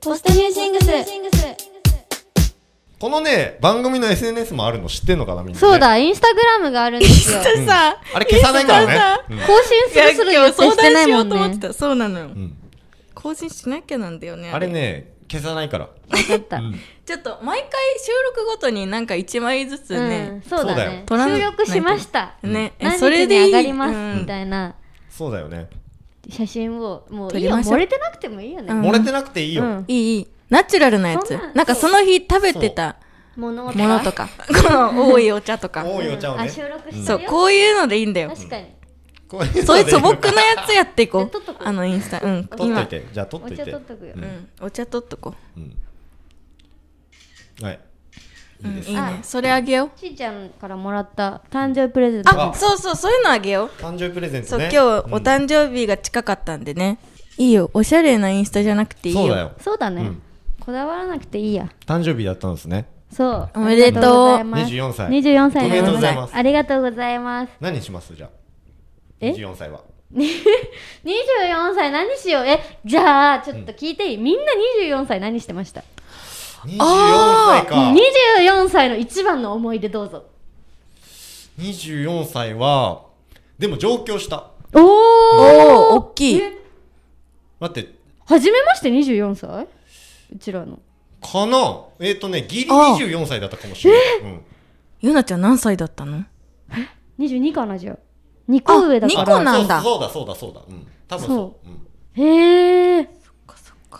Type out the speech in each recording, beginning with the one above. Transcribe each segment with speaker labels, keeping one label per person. Speaker 1: ポストニューシングス
Speaker 2: このね番組の SNS もあるの知ってんのかなみんな、ね、
Speaker 3: そうだ、インスタグラムがあるんです よ。
Speaker 2: うん
Speaker 4: さ
Speaker 2: あれ消さない からね
Speaker 3: 更新するする予定してないもんね。
Speaker 4: たそうなのよ
Speaker 2: うんうん
Speaker 4: 更新しなきゃなんだよね
Speaker 2: あれね消さないから、
Speaker 3: 分かった。
Speaker 2: うん
Speaker 4: ちょっと毎回収録ごとになんか1枚ずつ
Speaker 3: うん
Speaker 4: ね、、
Speaker 3: そうだね。
Speaker 4: そうだよ
Speaker 3: 収録しました。
Speaker 4: ねえ
Speaker 3: 何
Speaker 4: それ
Speaker 3: 日に
Speaker 4: でいい
Speaker 3: 上がります、
Speaker 4: うん
Speaker 3: みたいな
Speaker 2: そうだよね
Speaker 3: 写真を、もう
Speaker 4: 撮
Speaker 3: いい
Speaker 4: り
Speaker 3: よ、
Speaker 4: ましょう
Speaker 3: 漏れてなくてもいいよね。
Speaker 4: うん
Speaker 2: 漏れてなくていいよ、
Speaker 3: うん
Speaker 4: いいいいナチュラルなやつ
Speaker 3: そんな
Speaker 4: なんかその日食べてた
Speaker 3: 物を
Speaker 4: ものとかこの多いお茶とか
Speaker 2: 多いお茶をね
Speaker 3: あ、収録して
Speaker 4: そ
Speaker 3: る
Speaker 4: う
Speaker 3: よ。
Speaker 4: こういうのでいいんだよ
Speaker 3: 確かに。
Speaker 2: こういうので
Speaker 4: そういう素朴なやつやっていこ
Speaker 3: え
Speaker 4: う
Speaker 3: 撮っとこう
Speaker 4: あのインスタうん
Speaker 2: 取っとい
Speaker 4: 今
Speaker 2: てじゃあ取っといて
Speaker 3: お茶取っとくよ
Speaker 2: う
Speaker 4: うんんお茶取っとこ
Speaker 2: うんはいうい
Speaker 4: う
Speaker 2: い
Speaker 4: んい
Speaker 2: です、
Speaker 4: いね
Speaker 3: あ
Speaker 4: それあげよう
Speaker 3: ちーちゃんからもらった誕生日プレゼント
Speaker 4: あそうそうそういうのあげよう
Speaker 2: 誕生日プレゼン
Speaker 4: そ
Speaker 2: ト
Speaker 4: う
Speaker 2: ね
Speaker 4: 今日お誕生日が近かったんでねいいよおしゃれなインスタじゃなくていいよ
Speaker 2: そうだよ
Speaker 3: そうだね、
Speaker 2: うん
Speaker 3: こだわらなくていいや
Speaker 2: 誕生日だったんですね
Speaker 3: そう
Speaker 4: おめでとう
Speaker 3: 二十
Speaker 2: 24歳
Speaker 3: 二十四歳
Speaker 2: おめでとうございます
Speaker 3: ありがとうございます
Speaker 2: 何しますじゃあ
Speaker 3: え
Speaker 2: 24歳は
Speaker 3: 二十四歳何しようえじゃあちょっと聞いていい、みんな二十四歳何してました
Speaker 2: 24歳か
Speaker 3: 二十四歳の一番の思い出どうぞ
Speaker 2: 24歳はでも上京した
Speaker 3: お
Speaker 4: おお大きい
Speaker 3: え
Speaker 2: 待って
Speaker 3: 初めまして二十四歳うちらの
Speaker 2: かなえっ、とねギリ
Speaker 4: ああ
Speaker 2: 24歳だったかもしれない、うん、
Speaker 4: ゆなちゃん何歳だったの
Speaker 3: 二十二かなじゃあ二個上だか
Speaker 4: あ二個
Speaker 3: ら
Speaker 4: なんだ
Speaker 2: そうそうそうだそうだそうだうん多分そうそう,、ん、
Speaker 3: へえ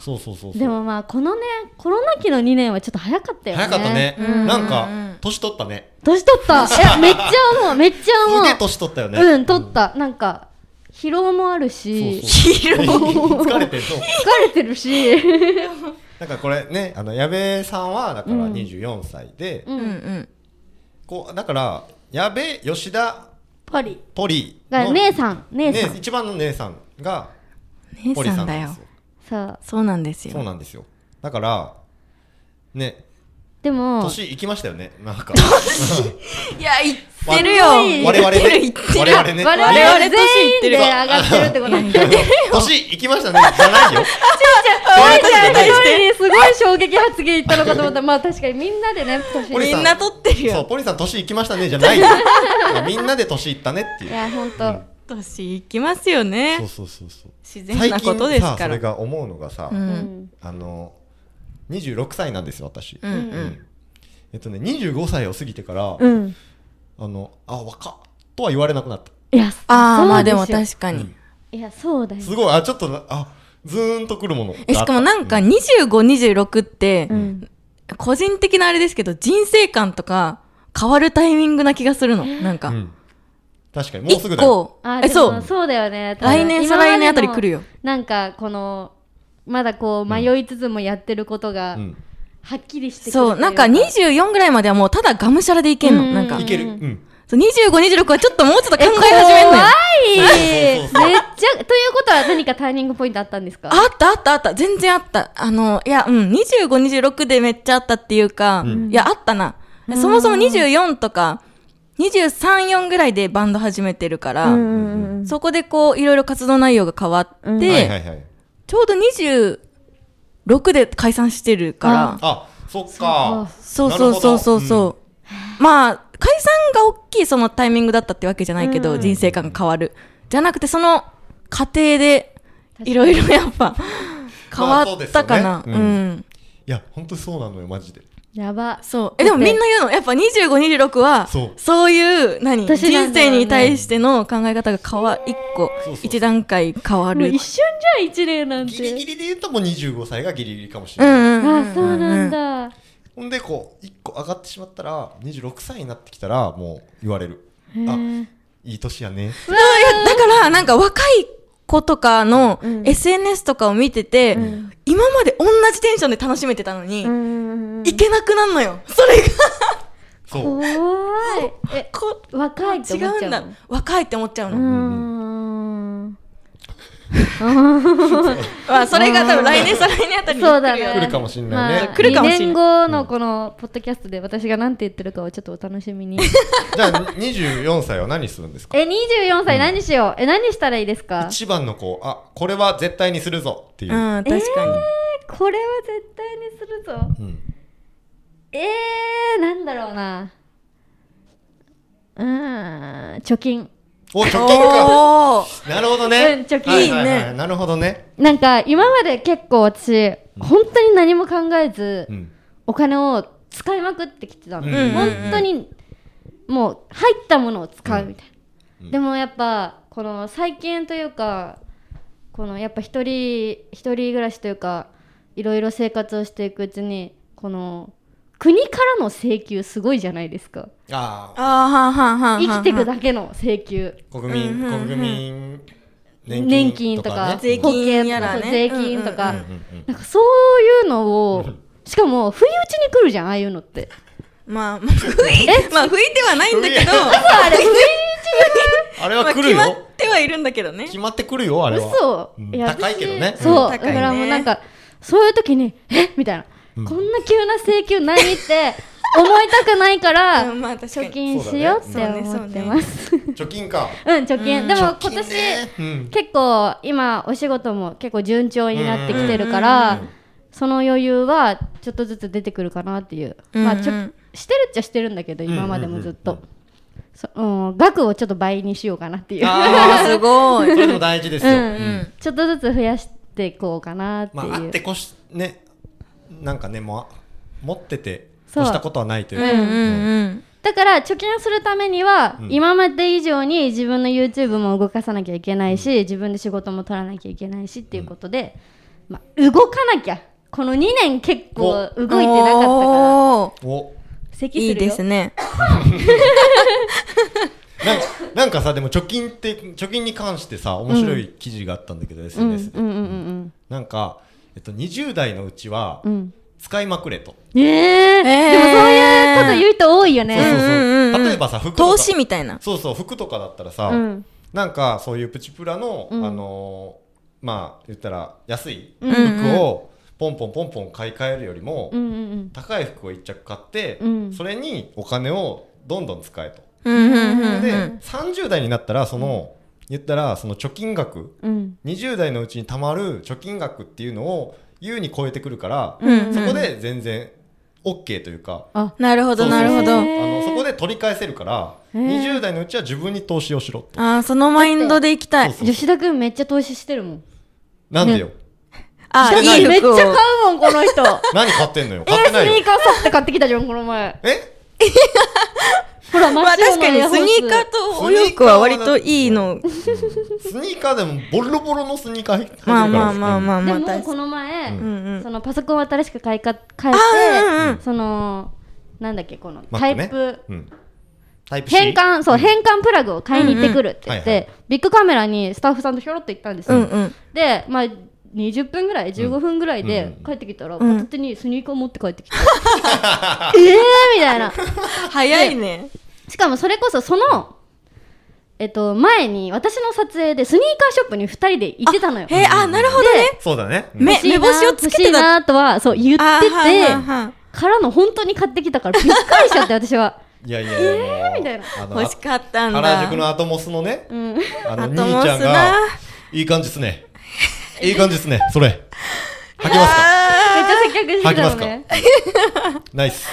Speaker 2: そうそうそうそう
Speaker 3: でもまあこのねコロナ期の二年はちょっと早かったよね
Speaker 2: 早かったね、なん
Speaker 4: うん
Speaker 2: か年取ったね
Speaker 3: 年取ったえめっちゃ思うめっちゃ思
Speaker 2: す
Speaker 3: う
Speaker 2: げえ年取ったよね
Speaker 3: うん、取った。なんか、疲労もあるし、
Speaker 2: 疲労疲れてるの
Speaker 3: 疲れてるし、
Speaker 2: なんかこれねあの矢部さんはだから24歳で、
Speaker 3: う
Speaker 4: うん
Speaker 3: ん、
Speaker 4: うん
Speaker 2: こうだから矢部吉田
Speaker 3: パリ。
Speaker 2: ポリ
Speaker 3: が
Speaker 2: の
Speaker 3: 姉さん、姉さん。
Speaker 2: ね一番の姉さんが
Speaker 4: 姉
Speaker 2: ポリ
Speaker 4: さ
Speaker 2: さ
Speaker 4: ん
Speaker 2: ん
Speaker 4: だ
Speaker 2: なん
Speaker 4: よ
Speaker 2: ですよ
Speaker 3: そう。
Speaker 4: そうなんです
Speaker 2: そう
Speaker 4: よ
Speaker 2: なんですよだからね
Speaker 3: でも、
Speaker 2: 年いきましたよねなんか
Speaker 4: いや言っ
Speaker 2: わ
Speaker 4: てるよ
Speaker 3: 我
Speaker 2: 々ね
Speaker 4: 言ってる言って
Speaker 2: 我
Speaker 4: る
Speaker 2: 々ね
Speaker 3: 我々
Speaker 4: 我々
Speaker 3: 全
Speaker 4: 年
Speaker 3: 員
Speaker 4: いって
Speaker 3: で
Speaker 4: る
Speaker 3: 上がってるってこと ね。
Speaker 2: 年いきましたねじゃない よそういう年じゃないよ
Speaker 3: すごい衝撃発言言ったのかと思った。まあ確かにみんなで ね、年
Speaker 2: ポリ
Speaker 3: い
Speaker 2: さ
Speaker 4: みんな取ってる
Speaker 2: そう
Speaker 4: よ
Speaker 2: ポリさん年いきましたねじゃ ないよみんなで年いったねっていう
Speaker 3: や、ほんと。
Speaker 4: 年いきますよ
Speaker 2: そう
Speaker 4: ね
Speaker 2: そうそうそう
Speaker 4: 自然
Speaker 2: 最
Speaker 4: なことで
Speaker 2: 近
Speaker 4: す
Speaker 2: さ
Speaker 4: か
Speaker 2: そ
Speaker 4: ら
Speaker 2: れが思うのがさ、
Speaker 4: うん
Speaker 3: うん。
Speaker 2: あの26歳なんですよ私、
Speaker 4: うんうん
Speaker 2: うんえっとね25歳を過ぎてから、
Speaker 3: うん。
Speaker 2: あのあ若っとは言われなくなった
Speaker 3: いや、
Speaker 4: ああまあで
Speaker 3: そう
Speaker 4: も
Speaker 3: すよ
Speaker 4: 確かに
Speaker 3: いや、そうだよ。
Speaker 2: すごいあちょっとなあずーんとくるもの
Speaker 4: えしかもなんか2526って
Speaker 3: うん。
Speaker 4: 個人的なあれですけど人生観とか変わるタイミングな気がするのなん
Speaker 2: う
Speaker 4: か
Speaker 2: ん確かにもうす
Speaker 4: 一
Speaker 2: ぐだよ
Speaker 4: 個
Speaker 3: あ、
Speaker 4: え
Speaker 3: で
Speaker 4: そ
Speaker 3: も
Speaker 4: う
Speaker 3: そうだよね。
Speaker 4: 来年再来年あたり来る
Speaker 3: よ。
Speaker 4: よ
Speaker 3: なんか、この、まだこう、迷いつつもやってることが、
Speaker 2: うん
Speaker 3: はっきりしてくるとい
Speaker 4: そうなんか24ぐらいまではもうただがむしゃらでいけんの
Speaker 3: うん
Speaker 4: なんか
Speaker 2: いける
Speaker 3: う
Speaker 2: うんん
Speaker 4: そう2526はちょっともうちょっと考え始めんのよ
Speaker 3: え
Speaker 2: そうそうそうそう
Speaker 3: めっちゃということは何かターニングポイントあったんですか
Speaker 4: あったあったあった全然あったあのいやうん2526でめっちゃあったっていうか、
Speaker 2: うん
Speaker 4: いやあったなそもそも24とか234ぐらいでバンド始めてるから、
Speaker 3: うんうんうん
Speaker 4: そこでこういろいろ活動内容が変わって、
Speaker 3: うん
Speaker 2: はいはいはい
Speaker 4: ちょうど26で解散してるから
Speaker 2: あそっか
Speaker 4: そうそうそうそうそう、まあ解散が大きいそのタイミングだったってわけじゃないけど、
Speaker 3: うん
Speaker 4: 人生観が変わるじゃなくてその過程でいろいろやっぱ変わったか
Speaker 2: ま
Speaker 4: な、
Speaker 2: あそうですよ
Speaker 4: う
Speaker 2: ねうん
Speaker 4: ん
Speaker 2: いや本当にそうなのよマジで
Speaker 3: やば
Speaker 4: そう。え、でもみんな言うの、やっぱ25、26は、
Speaker 2: そう
Speaker 4: そういう、何、人
Speaker 3: 年なんだよ
Speaker 4: 生
Speaker 3: ね
Speaker 4: に対しての考え方が変わ、一
Speaker 2: そ
Speaker 4: 個
Speaker 2: うそう、そう
Speaker 4: 一段階変わ
Speaker 3: もう
Speaker 4: る
Speaker 3: 一。瞬じゃん一年なん
Speaker 2: ギリギ
Speaker 3: て
Speaker 2: リで言うともう25歳がギリギリかもし
Speaker 4: う
Speaker 2: れない、
Speaker 4: んうん。
Speaker 3: あそうなんだ
Speaker 2: ほんでこう1個上がってしまったら26歳になってきたらもう言われる
Speaker 3: へ
Speaker 2: あ
Speaker 3: ー
Speaker 2: いい年やね
Speaker 4: だから、だからなんか若い子とかの
Speaker 3: うん
Speaker 4: SNS とかを見てて、
Speaker 3: ん
Speaker 4: 今まで同じテンションで楽しめてたのに、
Speaker 3: うんうんうん
Speaker 4: いけなくなるのよ。それが、
Speaker 2: そう
Speaker 3: 怖いえ
Speaker 4: こ
Speaker 3: 若いって
Speaker 4: 違
Speaker 3: 思っ
Speaker 4: う
Speaker 3: ちゃ
Speaker 4: ん
Speaker 3: う
Speaker 4: だ
Speaker 3: の。
Speaker 4: 若いって思っちゃう
Speaker 3: うー
Speaker 4: の。
Speaker 3: ん
Speaker 4: まあ、それが多分来年、再来年あたりに
Speaker 3: そうだね
Speaker 2: 来るかもしんないね
Speaker 3: まあ
Speaker 4: 来るかもしんない
Speaker 3: 二年後のこのポッドキャストで私が何て言ってるかをちょっとお楽しみに
Speaker 2: じゃあ24歳は何するんですか
Speaker 3: え24歳何しようえ何したらいいですか
Speaker 2: 一番のこうあこれは絶対にするぞっていう、
Speaker 4: うん、確かに。
Speaker 3: 考これは絶対にするぞ
Speaker 2: うん
Speaker 3: えー、なんだろうなうーん貯金
Speaker 2: お貯金か
Speaker 4: おー
Speaker 2: なるほどね
Speaker 3: うん貯金
Speaker 2: はいはいはい
Speaker 4: いいね
Speaker 2: なるほどね
Speaker 3: なんか今まで結構私本当に何も考えず、
Speaker 2: うん
Speaker 3: お金を使いまくってきてたの、
Speaker 2: うん
Speaker 4: うんうん
Speaker 3: 本当にもう入ったものを使うみたいな、
Speaker 2: うん
Speaker 3: でもやっぱこの最近というかこのやっぱ一人一人暮らしというかいろいろ生活をしていくうちにこの国からの請求すごいじゃないですか
Speaker 2: ああ
Speaker 4: あーはんはんはんはんはん
Speaker 3: 生きていくだけの請求
Speaker 2: 国民
Speaker 4: うんうんうん
Speaker 2: 国民
Speaker 3: 年金とか
Speaker 2: ね
Speaker 4: 税
Speaker 3: 保
Speaker 4: 金
Speaker 3: 険
Speaker 4: やらね
Speaker 3: そう税金とか、
Speaker 2: うんうんうん
Speaker 3: なんかそういうのを
Speaker 2: うん
Speaker 3: しかも不意打ちに来るじゃんああいうのって
Speaker 4: まあ、まあ、拭いまあ拭いてはないんだけど、
Speaker 3: あれ不意
Speaker 2: あれ
Speaker 4: ま
Speaker 2: は
Speaker 4: あ、
Speaker 2: 来る
Speaker 4: 決ま
Speaker 2: よ
Speaker 4: ってはいるんだけどね
Speaker 2: 決。まってくるよあれは
Speaker 3: 嘘、
Speaker 2: うん
Speaker 3: いや
Speaker 2: 高いけどね
Speaker 3: 私そう、
Speaker 4: うん高い
Speaker 3: だ
Speaker 4: ね
Speaker 3: からもうなんかそういう時にえみたいな、
Speaker 2: うん
Speaker 3: こんな急な請求何って思いたくないから
Speaker 4: うんまあ確かに
Speaker 3: 貯金しようっ
Speaker 2: そう
Speaker 3: て
Speaker 4: だね
Speaker 3: 思ってます、
Speaker 2: 貯金か
Speaker 3: うん貯金、でも今
Speaker 2: 貯金
Speaker 3: 年、
Speaker 2: ねうん
Speaker 3: 結構今お仕事も結構順調になってきてるから、
Speaker 2: うんうんうん
Speaker 3: その余裕はちょっとずつ出てくるかなっていう、まあちょ
Speaker 4: うんうん
Speaker 3: してるっちゃしてるんだけど
Speaker 2: んうんうん
Speaker 3: 今までもずっと、そうん額をちょっと倍にしようかなっていう
Speaker 4: あーすごい。
Speaker 2: それも大事ですよ
Speaker 3: うん
Speaker 2: う
Speaker 4: うんん。
Speaker 3: ちょっとずつ増やしていこうかなっていう、
Speaker 2: まあ、あってこし、ね、なんかね、もう、持ってて、
Speaker 3: そう
Speaker 2: こしたことはないという
Speaker 4: う
Speaker 2: か。
Speaker 4: んうん
Speaker 3: だから貯金するためには、
Speaker 2: うん
Speaker 3: 今まで以上に自分の YouTube も動かさなきゃいけないし、自分で仕事も取らなきゃいけないしっていうことで、まあ、動かなきゃこの2年結構動いてなん
Speaker 4: う。
Speaker 3: かったから
Speaker 4: おー
Speaker 2: お、
Speaker 3: 咳
Speaker 4: い
Speaker 3: す
Speaker 4: い
Speaker 3: る
Speaker 4: で
Speaker 3: よ
Speaker 4: すね。
Speaker 2: なんか、なんかさ、でも貯金って、貯金に関してさ、面白い記事があったんだけ
Speaker 3: う
Speaker 2: ど、
Speaker 3: んうん
Speaker 2: SNS で
Speaker 3: うんうん
Speaker 2: なんか、えっと、20代のうちは
Speaker 3: う、ん
Speaker 2: 使いまくれと。
Speaker 3: うんええ
Speaker 4: えー
Speaker 3: でもそういうこと言う人多いよ
Speaker 2: そうそう
Speaker 3: ね
Speaker 2: そう
Speaker 4: うんうんうん
Speaker 2: 例えばさ、服とか。
Speaker 4: 投資みたいな。
Speaker 2: そうそう、服とかだったらさ、
Speaker 3: うん
Speaker 2: なんか、そういうプチプラの、あ
Speaker 3: うん
Speaker 2: のー、まあ、言ったら、安い
Speaker 3: うん
Speaker 4: うん
Speaker 2: 服を、ポンポンポンポン買い替えるよりも
Speaker 3: う、んうん
Speaker 2: 高い服を一着買って、
Speaker 3: うん
Speaker 2: それにお金をどんどん使えと。
Speaker 4: うんうんうんう
Speaker 2: で、
Speaker 4: ん。
Speaker 2: 30代になったらその、言ったらその貯金額
Speaker 3: うん
Speaker 2: 20代のうちに貯まる貯金額っていうのを優に超えてくるから、
Speaker 3: うんうん
Speaker 2: そこで全然 OK というか、
Speaker 3: あ
Speaker 4: なるほど
Speaker 2: そう
Speaker 4: なるほ
Speaker 2: そう
Speaker 4: ど
Speaker 2: そう。
Speaker 3: へー
Speaker 2: あのそこで取り返せるから、
Speaker 3: へー
Speaker 2: 20代のうちは自分に投資をしろと。
Speaker 4: あーそのマインドでいきたい
Speaker 2: そう。
Speaker 3: 吉田君めっちゃ投資してるもん
Speaker 2: なんでよ、
Speaker 4: あ
Speaker 3: だっ
Speaker 4: ー
Speaker 3: て
Speaker 4: いい
Speaker 3: めっちゃ
Speaker 4: 服
Speaker 3: 買
Speaker 4: を。
Speaker 3: うもんこの 人
Speaker 2: 何買ってんのよ
Speaker 3: え
Speaker 2: 買ってない
Speaker 3: スニー
Speaker 2: よ。
Speaker 3: カーさって買ってきたじゃんこの前
Speaker 2: え
Speaker 3: ほら真
Speaker 4: まあ
Speaker 3: っ白
Speaker 4: 確
Speaker 3: の
Speaker 4: かに
Speaker 3: エア
Speaker 4: ス
Speaker 3: ホース
Speaker 4: ニーカーとお洋服は割といいの。
Speaker 2: スニーカーでもボロボロのスニーカー入ってるから
Speaker 4: まあまあまあまあまあ。
Speaker 3: でも
Speaker 4: 確か
Speaker 3: こ
Speaker 4: に
Speaker 3: の前、
Speaker 2: うん
Speaker 4: うんうん
Speaker 3: そのパソコンを新しく買いか変え
Speaker 4: あ
Speaker 3: て、
Speaker 4: うんうん
Speaker 3: そのなんだっけこの
Speaker 2: マ
Speaker 3: タ
Speaker 2: ッ
Speaker 3: イ
Speaker 2: クね
Speaker 3: プ、
Speaker 2: うんタイプ C
Speaker 3: 変換そう変換プラグを買いに行ってくるって言っ
Speaker 2: うんうんはい
Speaker 3: てビッグカメラにスタッフさんとひょろっと行ったんです
Speaker 4: う
Speaker 3: よ、
Speaker 4: んうん。
Speaker 3: でまあ20分ぐらい15分ぐらい
Speaker 2: うん
Speaker 3: で
Speaker 2: うん
Speaker 3: 帰ってきたら、
Speaker 4: ん
Speaker 3: 片手にスニーカー持って帰 ってきてええー、みたいな
Speaker 4: 早いね。
Speaker 3: しかもそれこそそのえっと前に私の撮影でスニーカーショップに2人で行ってたのよ
Speaker 4: へえ、あ、なるほどね。
Speaker 2: そうだね、うん
Speaker 4: め
Speaker 3: 欲しいな
Speaker 4: 目星をつけてた
Speaker 3: 欲しいなとはそう言ってて
Speaker 4: あーはんはんはん
Speaker 3: からの本当に買ってきたからびっくりしちゃって私はい
Speaker 2: やいやいや、もう
Speaker 3: みたいな
Speaker 2: あの
Speaker 4: 欲しかったんだ。
Speaker 2: 原宿のアトモスのね、
Speaker 3: うん
Speaker 2: あの
Speaker 4: ア
Speaker 2: 兄
Speaker 4: トモスな
Speaker 2: ちゃんがいい感じっす ね。いい感じっすね。それ。履きますか
Speaker 3: めっ
Speaker 4: あ
Speaker 3: ちゃ接客してたの
Speaker 2: 履
Speaker 3: ね
Speaker 2: ナイス。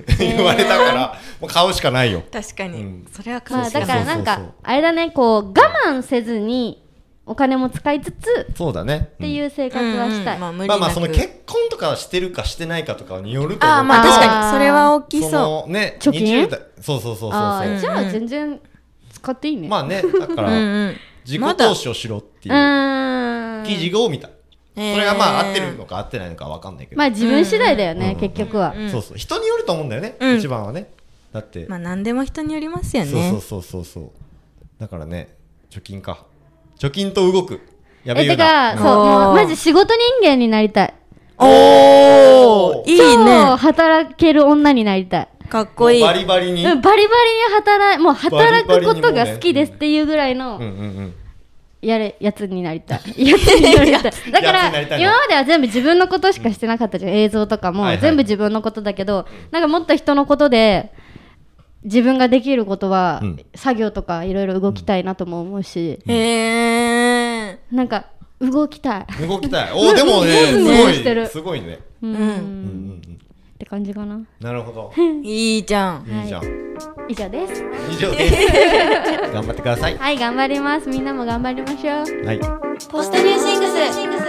Speaker 2: 言われたから、もう買うしかないよ。
Speaker 4: ー確かに、
Speaker 2: うん
Speaker 4: それは感
Speaker 3: まあ
Speaker 4: じ
Speaker 3: だからなん
Speaker 2: そうそうそう
Speaker 3: か
Speaker 2: そう
Speaker 3: あれだねこう我慢せずにお金も使いつつっ
Speaker 2: そうだね。
Speaker 3: ていうう生活はしたい、
Speaker 4: まあ無
Speaker 2: ん
Speaker 4: 理
Speaker 2: ま
Speaker 4: な
Speaker 2: あ
Speaker 4: く
Speaker 2: まあ、その結婚とかしてるかしてないかとかによると思う
Speaker 4: あーまあ
Speaker 3: あー
Speaker 4: 確かにそれは大きそう
Speaker 2: そのね、
Speaker 3: 貯金
Speaker 2: 20代そうそうそうそう
Speaker 3: あ
Speaker 2: そ
Speaker 3: ー
Speaker 2: う。
Speaker 3: じゃあ全然使っていいね、
Speaker 2: まあね、だか
Speaker 4: うん
Speaker 2: ら、
Speaker 4: うん
Speaker 2: 自
Speaker 4: ま
Speaker 2: 己
Speaker 4: だ
Speaker 2: 投資をしろっ
Speaker 3: う
Speaker 2: ていう
Speaker 3: ーん
Speaker 2: 記事を見た。そ
Speaker 4: えー
Speaker 2: れがまあ合ってるのか合ってないのかわかんないけど
Speaker 3: ま。あ自分次第だよね、
Speaker 2: うん
Speaker 3: 結局は、
Speaker 4: うん
Speaker 2: そうそう。人によると思うんだよね、
Speaker 4: うん
Speaker 2: 一番はね。だって、
Speaker 4: まあ何でも人によりますよね
Speaker 2: そうそうそうそうそうだからね貯金か貯金と動くやべ
Speaker 3: え
Speaker 2: え
Speaker 3: てか
Speaker 2: なう
Speaker 3: そう
Speaker 2: ん
Speaker 3: も
Speaker 4: お
Speaker 3: う
Speaker 4: ー
Speaker 3: マジ仕事人間になりたい
Speaker 4: お
Speaker 2: お
Speaker 4: お
Speaker 2: ー
Speaker 4: いい
Speaker 3: 超
Speaker 4: ね
Speaker 3: 働ける女になりたい
Speaker 4: かっこいい
Speaker 2: バリバリに、
Speaker 3: うん、バリバリに働いもう働
Speaker 2: バリ
Speaker 3: く
Speaker 2: バ
Speaker 3: こ
Speaker 2: リにもう
Speaker 3: と
Speaker 2: ね
Speaker 3: が好きですっていうぐらい
Speaker 2: うんう
Speaker 3: の
Speaker 2: んうん
Speaker 3: やれやつになりたい やつになりたいだか
Speaker 2: やつになりた
Speaker 3: ら
Speaker 2: いの
Speaker 3: 今までは全部自分のことしかしてなかったじゃん映像とかも
Speaker 2: はいはい
Speaker 3: 全部自分のことだけどなんかもっと人のことで自分ができることは
Speaker 2: うん
Speaker 3: 作業とかいろいろ動きたいなとも思うし
Speaker 4: へえ
Speaker 3: なんか動きたい、
Speaker 2: 動きたいおーでもね
Speaker 3: ムズ
Speaker 2: す
Speaker 3: ム
Speaker 2: ご
Speaker 3: ズしてる
Speaker 2: いすごいね
Speaker 3: うん
Speaker 4: うん
Speaker 2: うんうんうん
Speaker 3: って感じかな
Speaker 2: なるほど
Speaker 4: いいじゃん。
Speaker 2: いいじゃん
Speaker 3: 以上です
Speaker 2: 以上です頑張ってください
Speaker 3: はい頑張りますみんなも頑張りましょう
Speaker 2: はい
Speaker 4: ポストニューシングス。